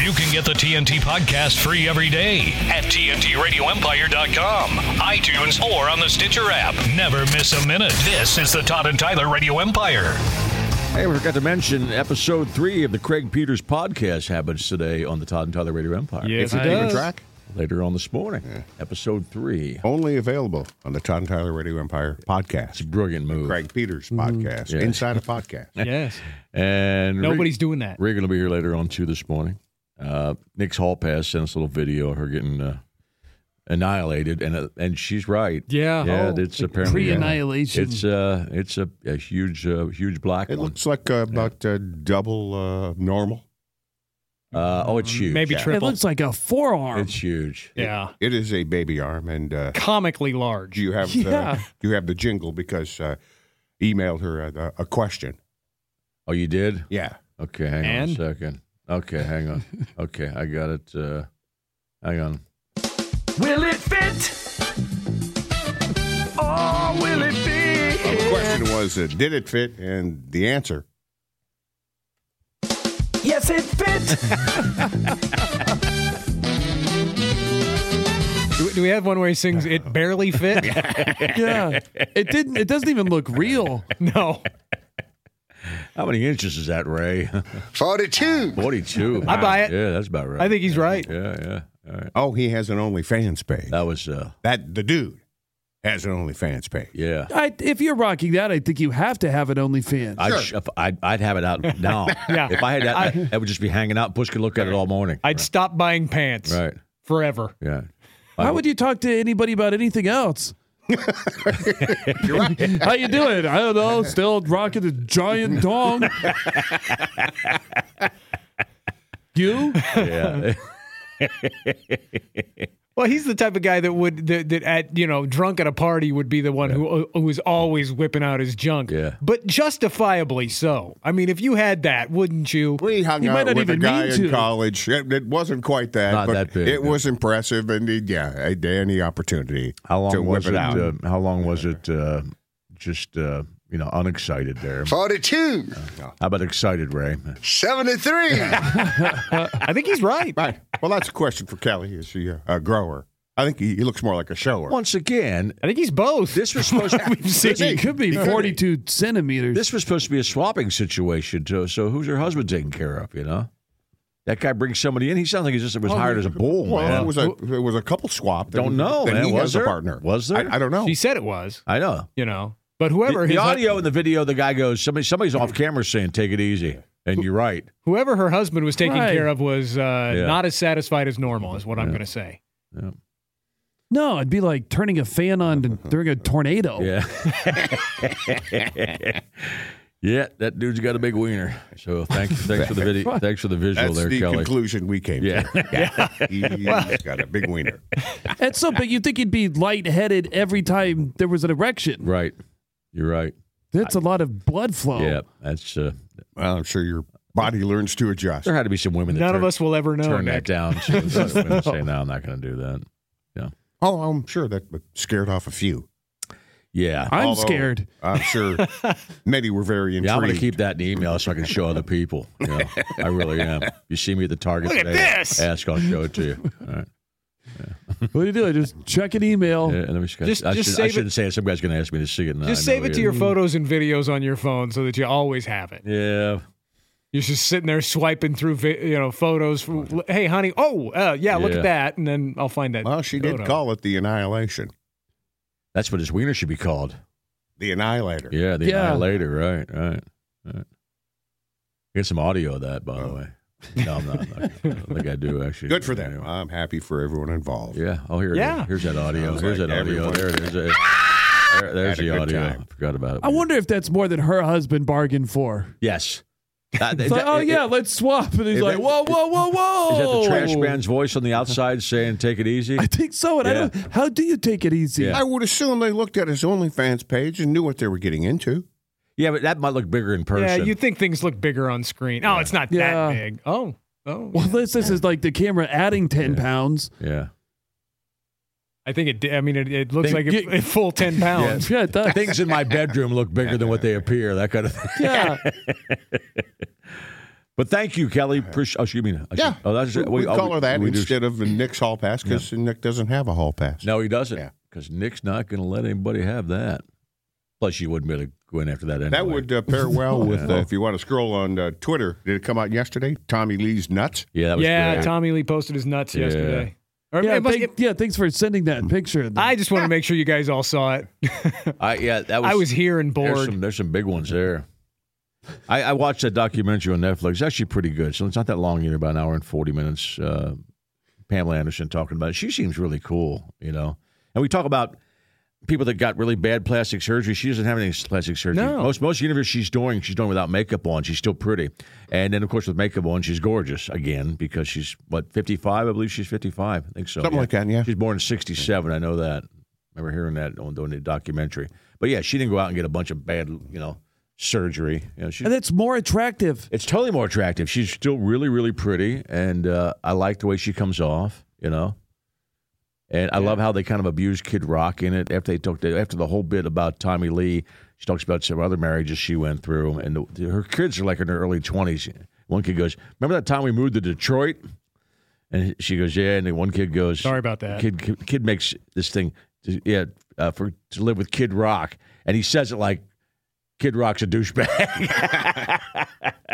You can get the TNT podcast free every day at TNTRadioEmpire.com, iTunes, or on the Stitcher app. Never miss a minute. This is the Todd and Tyler Radio Empire. Hey, we forgot to mention episode three of the Craig Peters podcast happens today on the Todd and Tyler Radio Empire. Yes, it Not even does. track. Later on this morning, episode three. Only available on the Todd and Tyler Radio Empire podcast. Brilliant move. Craig Peters podcast. Yeah. Inside a podcast. Yes. And Rig- Nobody's doing that. Rig will be here later on too this morning. Uh, Nick's hall pass sent us a little video of her getting uh, annihilated, and uh, and she's right. Yeah. yeah. Oh, it's the apparently yeah. pre-annihilation. It's uh, it's a, a huge, uh, huge black It one. looks like uh, about uh, double uh, normal. uh, oh, it's huge. Mm, Maybe triple. It looks like a forearm. it's huge. yeah. It is a baby arm, and uh, Comically large. do you have Yeah. the, you have the jingle because uh, emailed her uh, a, a question. Oh, you did? Yeah, Okay, hang And? on a second. Okay, hang on. okay, I got it. Uh, hang on. will it fit? Or will it the be? question was, uh, did it fit? And the answer, Yes, it fit. Do, do we have one where he sings "It Barely Fit"? yeah. It didn't. It doesn't even look real. no. How many inches is that, Ray? 42. 42. I buy it. Yeah, that's about right. I think he's right. Yeah, yeah. All right. oh, he has an OnlyFans page. That was, uh, That the dude has an OnlyFans page. yeah. I, if you're rocking that, I think you have to have an OnlyFans. I'd, sh- if- I'd, I'd have it out now. Yeah. If I had that, that would just be hanging out. Bush could look at it all morning. I'd stop buying pants right. forever. Yeah. I How would you talk to anybody about anything else? How you doing? I don't know. Still rocking the giant dong. you? Yeah. Well, he's the type of guy that would that, that at you know drunk at a party would be the one who uh, who was always whipping out his junk. Yeah. But justifiably so. I mean, if you had that, wouldn't you? We hung He might out not with a even guy mean in to. college. It, it wasn't quite that, Not but that big, it no. was impressive. And he- yeah, had any opportunity How long to whip was it? it out. Uh, how long was it? Uh, just, uh, you know, unexcited there. 42. How about excited, Ray? 73. I think he's right. Right. Well, that's a question for Kelly. Is he a, a grower? I think he, he looks more like a shower. Once again, I think he's both. this was supposed to It could be 42 centimeters. This was supposed to be a swapping situation, too. So who's her husband taking care of? You know, that guy brings somebody in. He sounds like he just was hired as a bull. Well, man. it was a it was a couple swap. Don't and- know, and man. He Was has there? a partner. Was there? I, I don't know. She said it was. I know. You know. But The, whoever the his hu- audio in the video, the guy goes, "Somebody, somebody's off camera saying, take it easy.'" And you're right. whoever her husband was taking Right. care of was uh, Yeah. not as satisfied as normal. Is what I'm going to say. No, it'd be like turning a fan on to, during a tornado. Yeah. yeah, that dude's got a big wiener. So thanks, thanks for the video. Thanks for the visual That's there, the Kelly. conclusion we came Yeah. to. Yeah. He's got a big wiener. That's so big. You'd think he'd be lightheaded every time there was an erection. Right. You're right. That's a lot of blood flow. Yeah. That's. Uh, Well, I'm sure your body learns to adjust. there had to be some women. That None turned, of us will ever know. turn that Nick. down. So other women say, "No, I'm not going to do that." Oh, I'm sure that scared off a few. Yeah. I'm Although, scared. I'm sure many were very intrigued. Yeah, I'm going to keep that in the email so I can show other people. You know, I really am. You see me at the Target Look at today, this! Ask, I'll show it to you. All right. What do you do? I just check an email. Yeah, and I'm just gonna, Oh, Just- I, just should, I save it- shouldn't say it. Some guy's going to ask me to see it. and I Just know save it he to your is. photos and videos on your phone so that you always have it. Yeah. You're just sitting there swiping through, vi- you know, photos. From, hey, honey. Oh, uh, yeah, Look Yeah. at that, and then I'll find that. Well, she photo. did call it the annihilation, That's what his wiener should be called. the annihilator. Yeah, the Yeah. annihilator. Right, right, right. Get some audio of that, by the way. No, I'm not. I'm not- I don't think I do actually. Good for them. Anyway. I'm happy for everyone involved. Yeah. Oh, here. It Yeah. is. Here's that audio. Sounds Here's like that audio. everyone- There it is. There- there's Had a the good audio. time. I forgot about it. I wonder if that's more than her husband bargained for. Yes. That- It's like, that- oh it- yeah, let's swap. And he's is like, that- whoa, whoa, whoa, whoa. Is that the Oh. trash man's voice on the outside saying "Take it easy"? I think so. And I Yeah. don't. How do you take it easy? Yeah. I would assume they looked at his OnlyFans page and knew what they were getting into. Yeah, but that might look bigger in person. Yeah, you think things look bigger on screen. Oh, it's not Yeah. that big. Oh, oh. Well, this this is like the camera adding ten pounds. yeah. I think it. di- I mean, it, it looks Think- like it, it full ten pounds. Yeah, it does. Things in my bedroom look bigger than what they appear. That kind of thing. yeah. But thank you, Kelly. Appreci- oh, you mean? Yeah. Oh, that's we, we oh, call her that we do- instead of Nick's hall pass because Nick doesn't have a hall pass. No, he doesn't. Yeah. Because Nick's not going to let anybody have that. Plus, you wouldn't be able to go in after that anyway. That would uh, pair well with uh, if you want to scroll on uh, Twitter. Did it come out yesterday? Tommy Lee's nuts. Yeah, that was Yeah, great. Tommy Lee posted his nuts Yeah. yesterday. Or Yeah, it must- thank- it- yeah, thanks for sending that picture. I just want to make sure you guys all saw it. I, yeah, that was. I was here and There's bored. some, there's some big ones there. I, I watched that documentary on Netflix. It's actually pretty good. So it's not that long either, about an hour and 40 minutes. Uh, Pamela Anderson talking about it. She seems really cool, you know. And we talk about people that got really bad plastic surgery. She doesn't have any plastic surgery. No. Most most universe she's doing, she's doing without makeup on. She's still pretty. And then, of course, with makeup on, she's gorgeous again because she's, what, 55? I believe she's 55. I think so. Something like that, yeah. She's born in 67. I know that. remember hearing that on doing the documentary. But yeah, she didn't go out and get a bunch of bad, you know, surgery. You know, she's, and that's more attractive. it's totally more attractive. She's still really, really pretty, and uh, I like the way she comes off. You know, and I love how they kind of abuse Kid Rock in it after they talked after the whole bit about Tommy Lee. She talks about some other marriages she went through, and the, her kids are like in their early twenties. One kid goes, "Remember that time we moved to Detroit?" And she goes, "Yeah." And then one kid goes, Sorry about that. Kid, kid, kid makes this thing, to, yeah, uh, for to live with Kid Rock, and he says it like Kid Rock's a douchebag.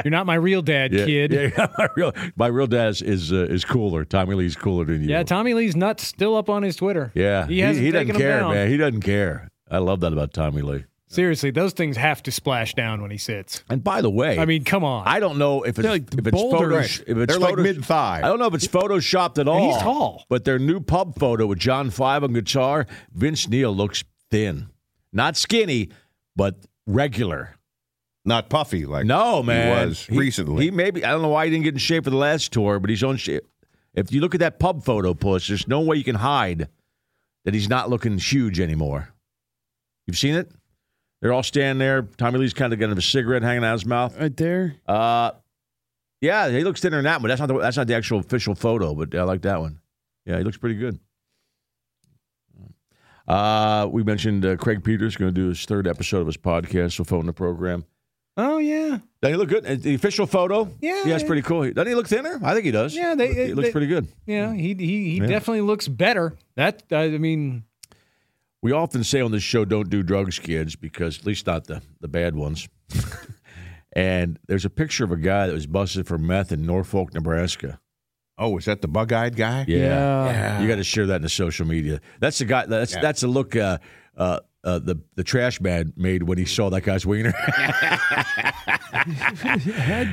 You're not my real dad, Yeah, kid. Yeah. Yeah, my real my real dad is uh, is cooler. Tommy Lee's cooler than you. Tommy Lee's nuts still up on his Twitter. yeah. he hasn't doesn't taken them care, down. man. He doesn't care. I love that about Tommy Lee. Seriously, those things have to splash down when he sits. And by the way, I mean, come on. I don't know if it's They're like if it's boulders. photos, if it's They're like photos- mid-thigh. I don't know if it's photoshopped at all. he's tall. but their new pub photo with John Five on guitar, Vince Neil looks thin, not skinny, but regular. Not puffy like No, man. He was recently. He maybe I don't know why he didn't get in shape for the last tour, but he's on shape. If you look at that pub photo, puss, there's no way you can hide that he's not looking huge anymore. You've seen it? They're all standing there. Tommy Lee's kind of got a cigarette hanging out of his mouth. Right there. Uh, yeah, he looks thinner than that one. That's not the, that's not the actual official photo, but I like that one. Yeah, he looks pretty good. Uh, we mentioned uh, Craig Peters going to do his third episode of his podcast, so phone the program. oh yeah, Doesn't he look good? Uh, The official photo? Yeah, Yeah, it's yeah. pretty cool. Doesn't he look thinner? I think he does. Yeah, they- He uh, looks they- pretty good. yeah. He he, he Yeah. definitely looks better. That I mean, We often say on this show, don't do drugs, kids, because at least not the, the bad ones. and there's a picture of a guy that was busted for meth in Norfolk, Nebraska. Oh, is that the bug-eyed guy? You got to share that in the social media. That's the guy. That's that's a look. Uh, uh, uh, the the trash man made when he saw that guy's wiener.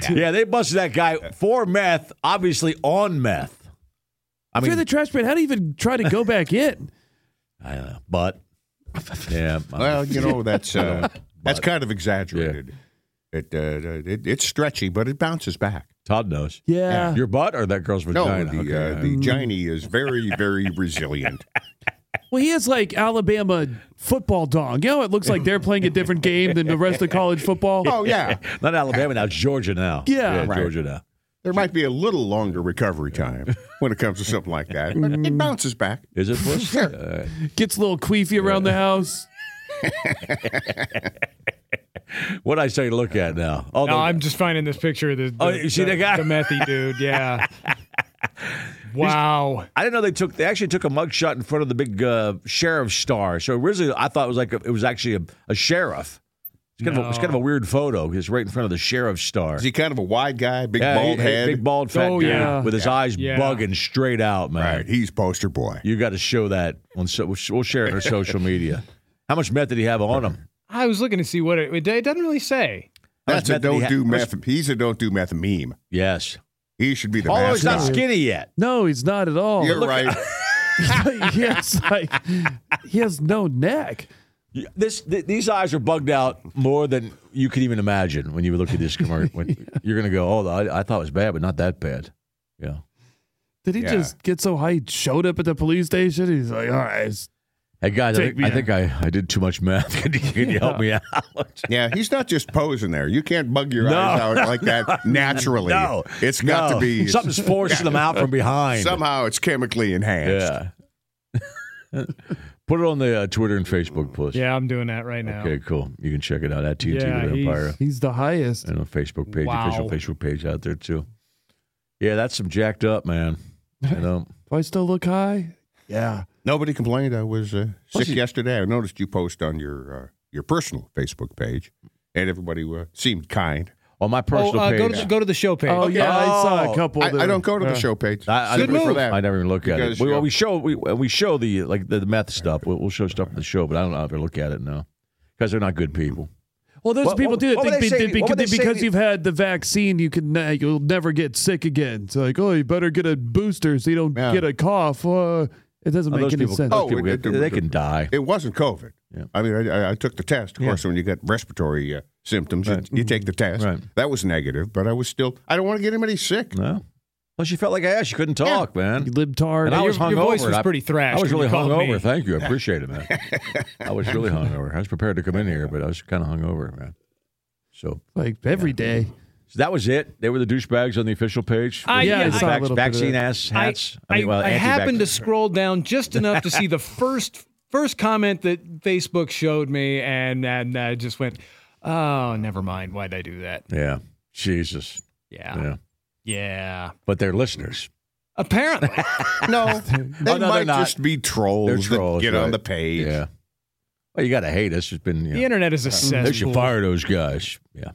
yeah, they busted that guy for meth, obviously on meth. I if mean, you're the trash man, how do you even try to go back in? I don't know, but yeah, Well, you know that's uh, that's kind of exaggerated. It, uh, it it's stretchy, but it bounces back. Todd knows. Yeah. Your butt or that girl's vagina? uh, No, the Okay. uh, the Johnny is very very resilient. Well, he has like Alabama football dong. You know, it looks like they're playing a different game than the rest of college football. Oh yeah, Not Alabama now. It's Georgia now. Yeah. Right. Georgia now. there might be a little longer recovery time when it comes to something like that, but Mm. it bounces back. Is it? Puss? Uh, Gets a little queefy around the house. what I say to look at now? Oh, no, I'm just finding this picture of the, the Oh, you see the, the guy? the methy dude. Yeah. wow. I didn't know they took. They actually took a mugshot in front of the big uh, sheriff's star. So originally, I thought it was like a, it was actually a, a sheriff. It's kind, of a, it's kind of a weird photo. He's right in front of the sheriff's star. Is he kind of a wide guy, big Yeah, he- bald he- head? big bald fat Oh, dude yeah. with his eyes Yeah. bugging straight out, man. Right, he's poster boy. You got to show that on. So, we'll- we'll share it on our social media. How much meth did he have on him? I was looking to see what it. It doesn't really say. That's a meth that he don't ha- do meth. He's a don't do meth meme. Yes. He should be the Although he's not mascot. skinny yet. No, he's not at all. You're right. he has like he has no neck. You- This th- these eyes are bugged out more than you could even imagine when you look at this commercial. When You're gonna go, oh, I, I thought it was bad, but not that bad. Yeah. Did he Yeah. just get so high? He showed up at the police station. He's like, all right, it's- Hey guys, I Take think, me I, in. think I, I did too much math. Can you, can you help me out? Yeah, he's not just posing there. You can't bug your No. eyes out like that naturally. No, it's got no. to be something's forcing them out from behind. somehow. It's chemically enhanced. Yeah. Put it on the uh, Twitter and Facebook post. Yeah, I'm doing that right now. Okay, cool. You can check it out at TNT Yeah, with he's- Empire he's the highest. and a Facebook page, Wow. official Facebook page out there too. Yeah, that's some jacked up man. You know, Do I still look high? Yeah. Nobody complained. I was uh, sick yesterday. I noticed you post on your uh, your personal Facebook page, and everybody uh, seemed kind. on my Oh, personal uh, page. go to the, go to the show page. Oh yeah, I saw Oh, a couple. I, that- I don't go to the Yeah. show page. I, I, simply never- for that. I never even look at Because, it. We, you know- we show we, uh, we show the like the, the meth stuff. We'll, we'll show stuff in the show, but I don't ever look at it now because they're not good people. Well, there's What- people what- too that what would think they be, say- that what would beca- they that say because to- you've had the vaccine, you can ne- you'll never get sick again. It's like, oh, you better get a booster so you don't Yeah. get a cough. Uh, it doesn't Oh, make those any people, sense. those Oh, people it- get- it- they can die. It wasn't COVID. Yeah. I mean, I, I- I took the test. Of course, when you get respiratory uh, symptoms, Right. you, you take the test. Right. That was negative, but I was still. I don't want to get anybody sick. No. Well, she felt like ass. She couldn't talk, man. You libtard. And I your- was hungover. your voice was I- pretty thrashed I was when really you called hungover. me. Thank you. I appreciate it, man. I was really hungover. I was prepared to come in here, but I was kind of hungover, man. So, like every day. so that was it. They were the douchebags on the official page. I- With yeah, the I saw a vac- little bit of vaccine that. ass I, hats. I, mean, well, I happened to anti-vax- scroll down just enough to see the first first comment that Facebook showed me, and and I just went, "Oh, never mind. Why'd I do that?" Yeah. Jesus. Yeah, yeah. Yeah. But they're listeners. Apparently, No, they Oh, no, they're might not. just be trolls. They're that trolls, get right. on the page. Yeah. Well, you got to hate us. It's been, you the know, internet is a they cesspool. should fire those guys. Yeah.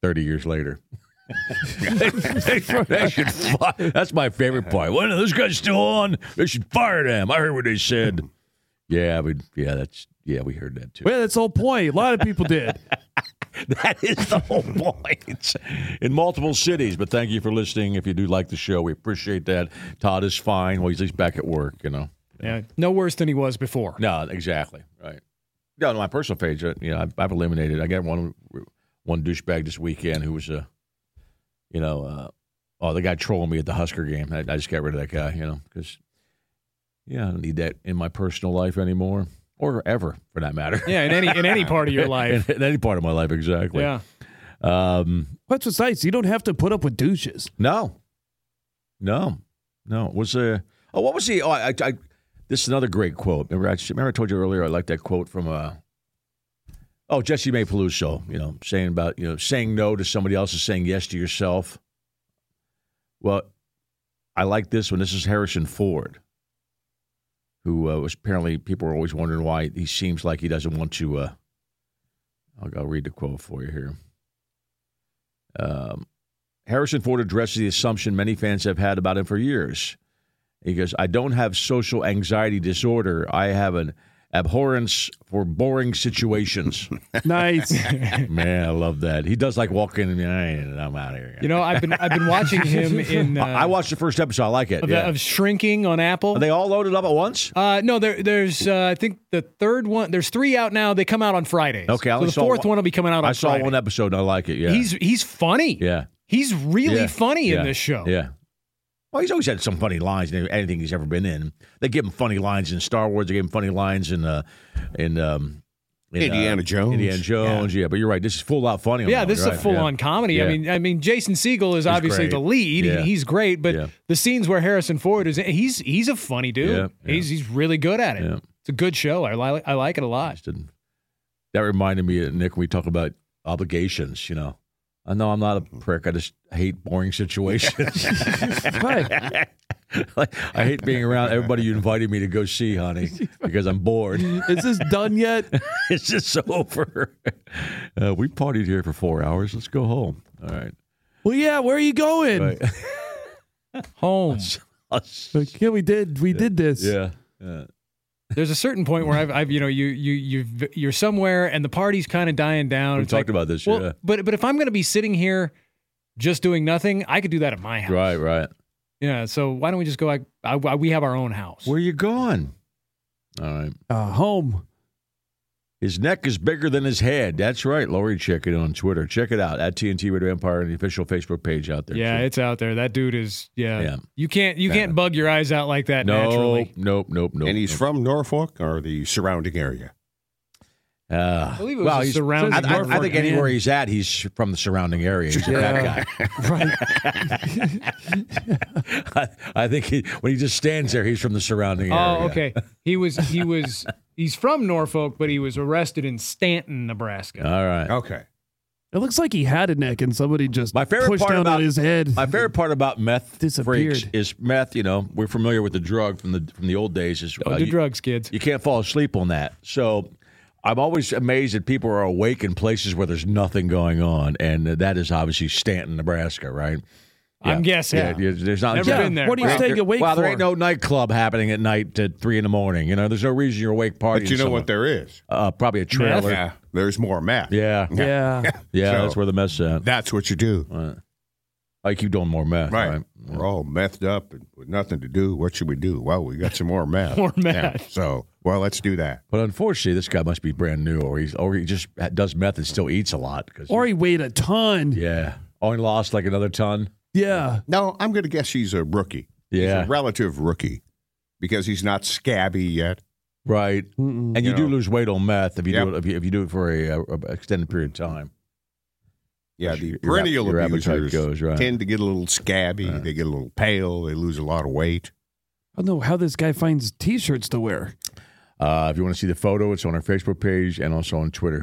30 years later. They should fi- That's my favorite part. What are those guys still on? They should fire them. I heard what they said. Yeah, we yeah, that's yeah, we heard that too. Well, that's the whole point. A lot of people did. That is the whole point. In multiple cities, but thank you for listening. If you do like the show, we appreciate that. Todd is fine. Well, he's he's back at work, you know. Yeah, no worse than he was before. No, exactly. Right. No, on my personal page, uh, you know, I've, I've eliminated. I got one one douchebag this weekend who was a, you know, uh, oh the guy trolling me at the Husker game. I, I just got rid of that guy, you know, because yeah, I don't need that in my personal life anymore or ever for that matter. Yeah, in any in any part of your life. in, in any part of my life, exactly. yeah, Um, That's what's nice. You don't have to put up with douches. No, no, no. It Was uh, oh, what was he? Oh, I, I, this is another great quote. Remember, I, remember I told you earlier. I like that quote from uh, oh Jesse May Peluso. You know, saying about you know saying no to somebody else is saying yes to yourself. Well, I like this one. This is Harrison Ford, who uh, was apparently people are always wondering why he seems like he doesn't want to. Uh, I'll, I'll read the quote for you here. Um, Harrison Ford addresses the assumption many fans have had about him for years. He goes, I don't have social anxiety disorder. I have an abhorrence for boring situations. Nice. Man, I love that. He does like walk in and "Eh, I'm out of here. you know, I've been I've been watching him in uh, I I watched the first episode. I like it. of, yeah. of shrinking on Apple. Are they all loaded up at once? Uh, no, there, there's uh, I think the third one. There's three out now. They come out on Fridays. Okay, I so only the saw fourth one- one will be coming out. on I saw Friday. one episode. I like it. Yeah. He's he's funny. yeah. he's really Yeah. funny Yeah. in this show. Yeah. Well, he's always had some funny lines in anything he's ever been in. They give him funny lines in Star Wars. They give him funny lines in uh, in, um, in, uh, Indiana Jones. Indiana Jones. Yeah. but you're right. This is full out funny. on Oh, Yeah, that this is one, a right? full on Yeah. comedy. I Yeah. mean, I mean, Jason Siegel is obviously great. the lead. He- Yeah. he's great, but Yeah. the scenes where Harrison Ford is, he's he's a funny dude. Yeah, yeah. He's he's really good at it. Yeah. It's a good show. I like I like it a lot. Just didn't- That reminded me, uh, Nick, when we talk about obligations, you know. I know I'm not a prick. I just hate boring situations. Right. like, I hate being around everybody you invited me to go see, honey, because I'm bored. Is this done yet? it's just over. Uh, we partied here for four hours. Let's go home. All right. Well, yeah. Where are you going? Right. Home. Us. Like, yeah, we did. We did this. Yeah. yeah. There's a certain point where I've, I've you know you you you you're somewhere and the party's kind of dying down. We It's talked like, about this. Well, yeah. but but if I'm going to be sitting here just doing nothing, I could do that at my house. Right, right. Yeah. So why don't we just go? Like, I, I, we have our own house. Where you going? All right. Uh, home. His neck is bigger than his head. That's right, Lori Chicken on Twitter. Check it out at TNT Radio Empire and the official Facebook page out there. Yeah, too. it's out there. That dude is yeah. Yeah. You can't you can't bug your eyes out like that nope, naturally. nope, nope, nope. and he's from Norfolk or the surrounding area. Uh, believe it was well, the he's- surrounding I, I- I Norfolk think anywhere man. he's at, he's from the surrounding area. He's a Uh, Yeah. fat guy. I, I think he, when he just stands there, he's from the surrounding area. Oh, okay. He was he was he's from Norfolk, but he was arrested in Stanton, Nebraska. All right. Okay. It looks like he had a neck and somebody just My favorite pushed part down about- on his head. My favorite part about meth Disappeared. freaks is meth. You know, we're familiar with the drug from the from the old days. Is Don't uh, do you, drugs, kids. you can't fall asleep on that. So I'm always amazed that people are awake in places where there's nothing going on, and that is obviously Stanton, Nebraska, right? I'm guessing. yeah, there's not Never yeah. been there. What are you Well, staying awake well, for? there ain't no nightclub happening at night at three in the morning. You know, there's no reason you're awake partying. But you know what somewhere. there is? Uh, probably a trailer. Yeah. There's more math. Yeah, yeah, yeah. So- that's where the meth's at. That's what you do. I keep doing more meth. Right. right? We're all methed up and with nothing to do. What should we do? Well, we got some more math. More Yeah. math. So, well, let's do that. But unfortunately, this guy must be brand new, or he's or he just does meth and still eats a lot. 'cause- Or he weighed a ton. Yeah. yeah, only lost like another ton. No, I'm going to guess he's a rookie. Yeah, He's a relative rookie because he's not scabby yet. right. Mm-mm. And you, You do know. lose weight on meth if you do Yep. it, if you, if you do it for a, uh, a extended period of time. Yeah, Your- the your ap- perennial your appetite abusers goes, right. tend to get a little scabby. Right. They get a little pale. They lose a lot of weight. I don't know how this guy finds t-shirts to wear. Uh, if you want to see the photo, it's on our Facebook page and also on Twitter.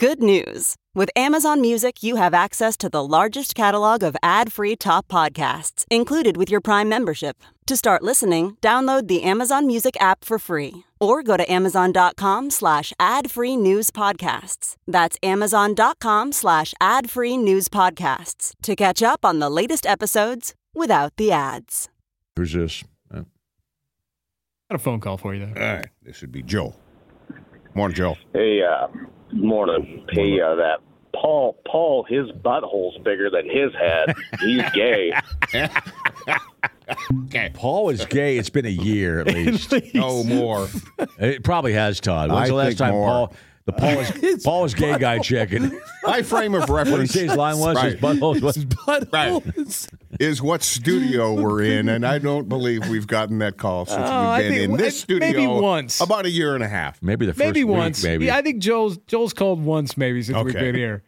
Good news! With Amazon Music, you have access to the largest catalog of ad free top podcasts included with your Prime membership. To start listening, download the Amazon Music app for free or go to amazon.com slash ad free news podcasts. That's amazon.com slash ad free news podcasts to catch up on the latest episodes without the ads. Who's this? Uh, Got a phone call for you though. All right. This would be Joel. Morning, Joel. Hey, uh, morning. Hey, uh, that Paul, Paul, his butthole's bigger than his head. He's gay. Paul is gay. It's been a year at least. No more. it probably has, Todd. When's I the last think time more. Paul the Paul is Paul is gay guy checking? My frame of What did he reference say his line was? Right. His butthole was But Right. is what studio we're in, and I don't believe we've gotten that call Oh, since I we've been think in w- this studio maybe once. about a year and a half. maybe the first Maybe week, once. Maybe Yeah, I think Joel's Joel's called once maybe since we've Okay. been here.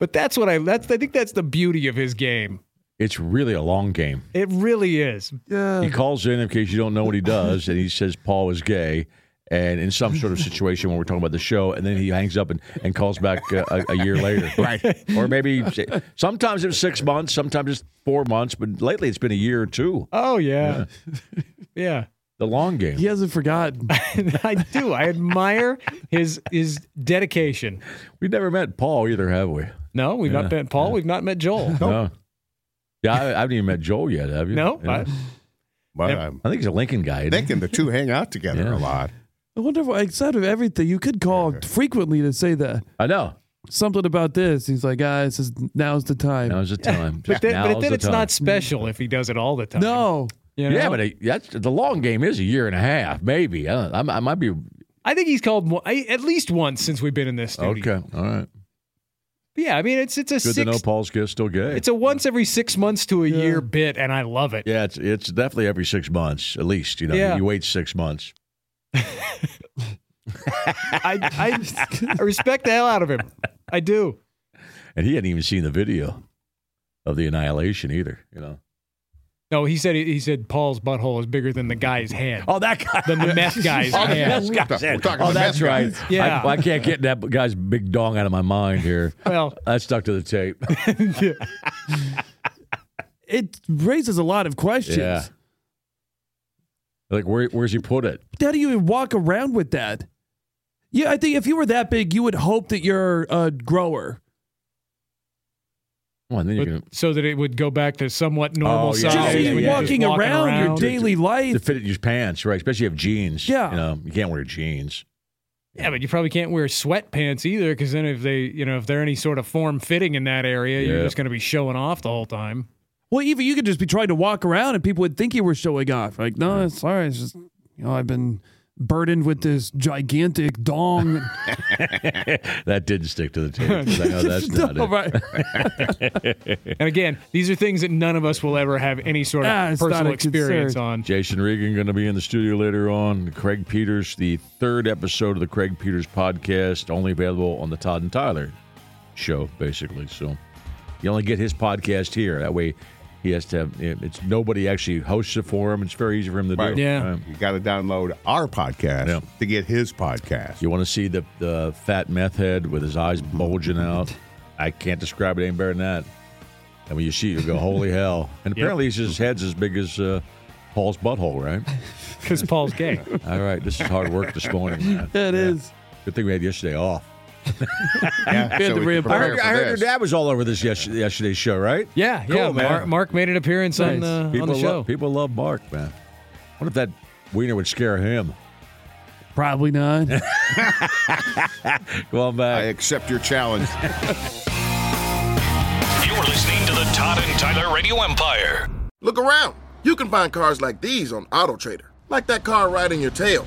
But that's what I that's I think that's the beauty of his game. it's really a long game. It really is. He calls in in case you don't know what he does, and he says Paul is gay, and in some sort of situation when we're talking about the show, and then he hangs up and, and calls back uh, a, a year later, right? Or maybe sometimes it's six months, sometimes it's four months, but lately it's been a year or two. Oh yeah. Yeah. The long game. he hasn't forgotten. I do. I admire his his dedication. We've never met Paul either, have we? No, we've not met Paul. We've not met Joel. No. Yeah, I, I haven't even met Joel yet. Have you? No, Yeah. I- But Yep. I'm I think he's a Lincoln guy. isn't he? thinking the two hang out together Yeah. a lot. I wonder what, outside of everything, you could call frequently to say that I know. something about this. He's like, ah, this is now's the time. Now's the time. but then, Now's but then the it's time. not special if he does it all the time. no. You know? Yeah, but it, that's the long game is a year and a half, maybe. I, don't, I, I might be I think he's called mo- I, at least once since we've been in this studio. Okay. All right. But yeah, I mean it's it's a Good six, to know Paul's kid's still gay. it's a once every six months to a year bit, and I love it. yeah, it's it's definitely every six months at least. You know, Yeah. you wait six months. I, I I respect the hell out of him. I do. And he hadn't even seen the video of the annihilation either, you know. No, he said he said Paul's butthole is bigger than the guy's head. Oh, that guy. The meth guy's Oh, the head. meth guy's We're head. talking oh the that's meth guy. right. Yeah. I, I can't get that guy's big dong out of my mind here. Well, That stuck to the tape. It raises a lot of questions. Yeah. Like, where, where's he put it? How do you even walk around with that? Yeah, I think if you were that big, you would hope that you're a grower. Well, and then you're gonna so that it would go back to somewhat normal Oh, yeah, size. yeah, when yeah, you're yeah. just Walking around, your daily life. to fit it in your pants, right? Especially if you have jeans. Yeah. you know you can't wear jeans. Yeah, but you probably can't wear sweatpants either, because then if they, you know, if they're any sort of form fitting in that area, you're Yeah. just going to be showing off the whole time. Well, even you could just be trying to walk around and people would think you were showing off. Like, no, it's all right. It's just, you know, I've been burdened with this gigantic dong. that didn't stick to the tape. 'cause I know that's not No, it. And again, these are things that none of us will ever have any sort of Ah, it's not personal a concern. experience on. Jason Regan going to be in the studio later on. Craig Peters, the third episode of the Craig Peters podcast, only available on the Todd and Tyler show, basically. So you only get his podcast here. That way, he has to have it's nobody actually hosts it for him. It's very easy for him to Right. do. Yeah. you got to download our podcast to get his podcast. You want to see the the fat meth head with his eyes bulging out? I can't describe it any better than that. And when you see, it, you go, "Holy hell!" And Yep. apparently, his head's as big as uh, Paul's butthole, right? Because Paul's gay. All right, this is hard work this morning. Man. That is. Good thing we had yesterday off. Yeah, We had so to we can prepare I heard, for I heard your this. dad was all over this yes- yesterday's show, right? Yeah, cool, yeah. man. Mark, Mark made an appearance on Nice. the people on the show. Love, people love Mark, man. What if that wiener would scare him? Probably not. Come on back. I accept your challenge. You're listening to the Todd and Tyler Radio Empire. Look around. You can find cars like these on AutoTrader, like that car riding your tail.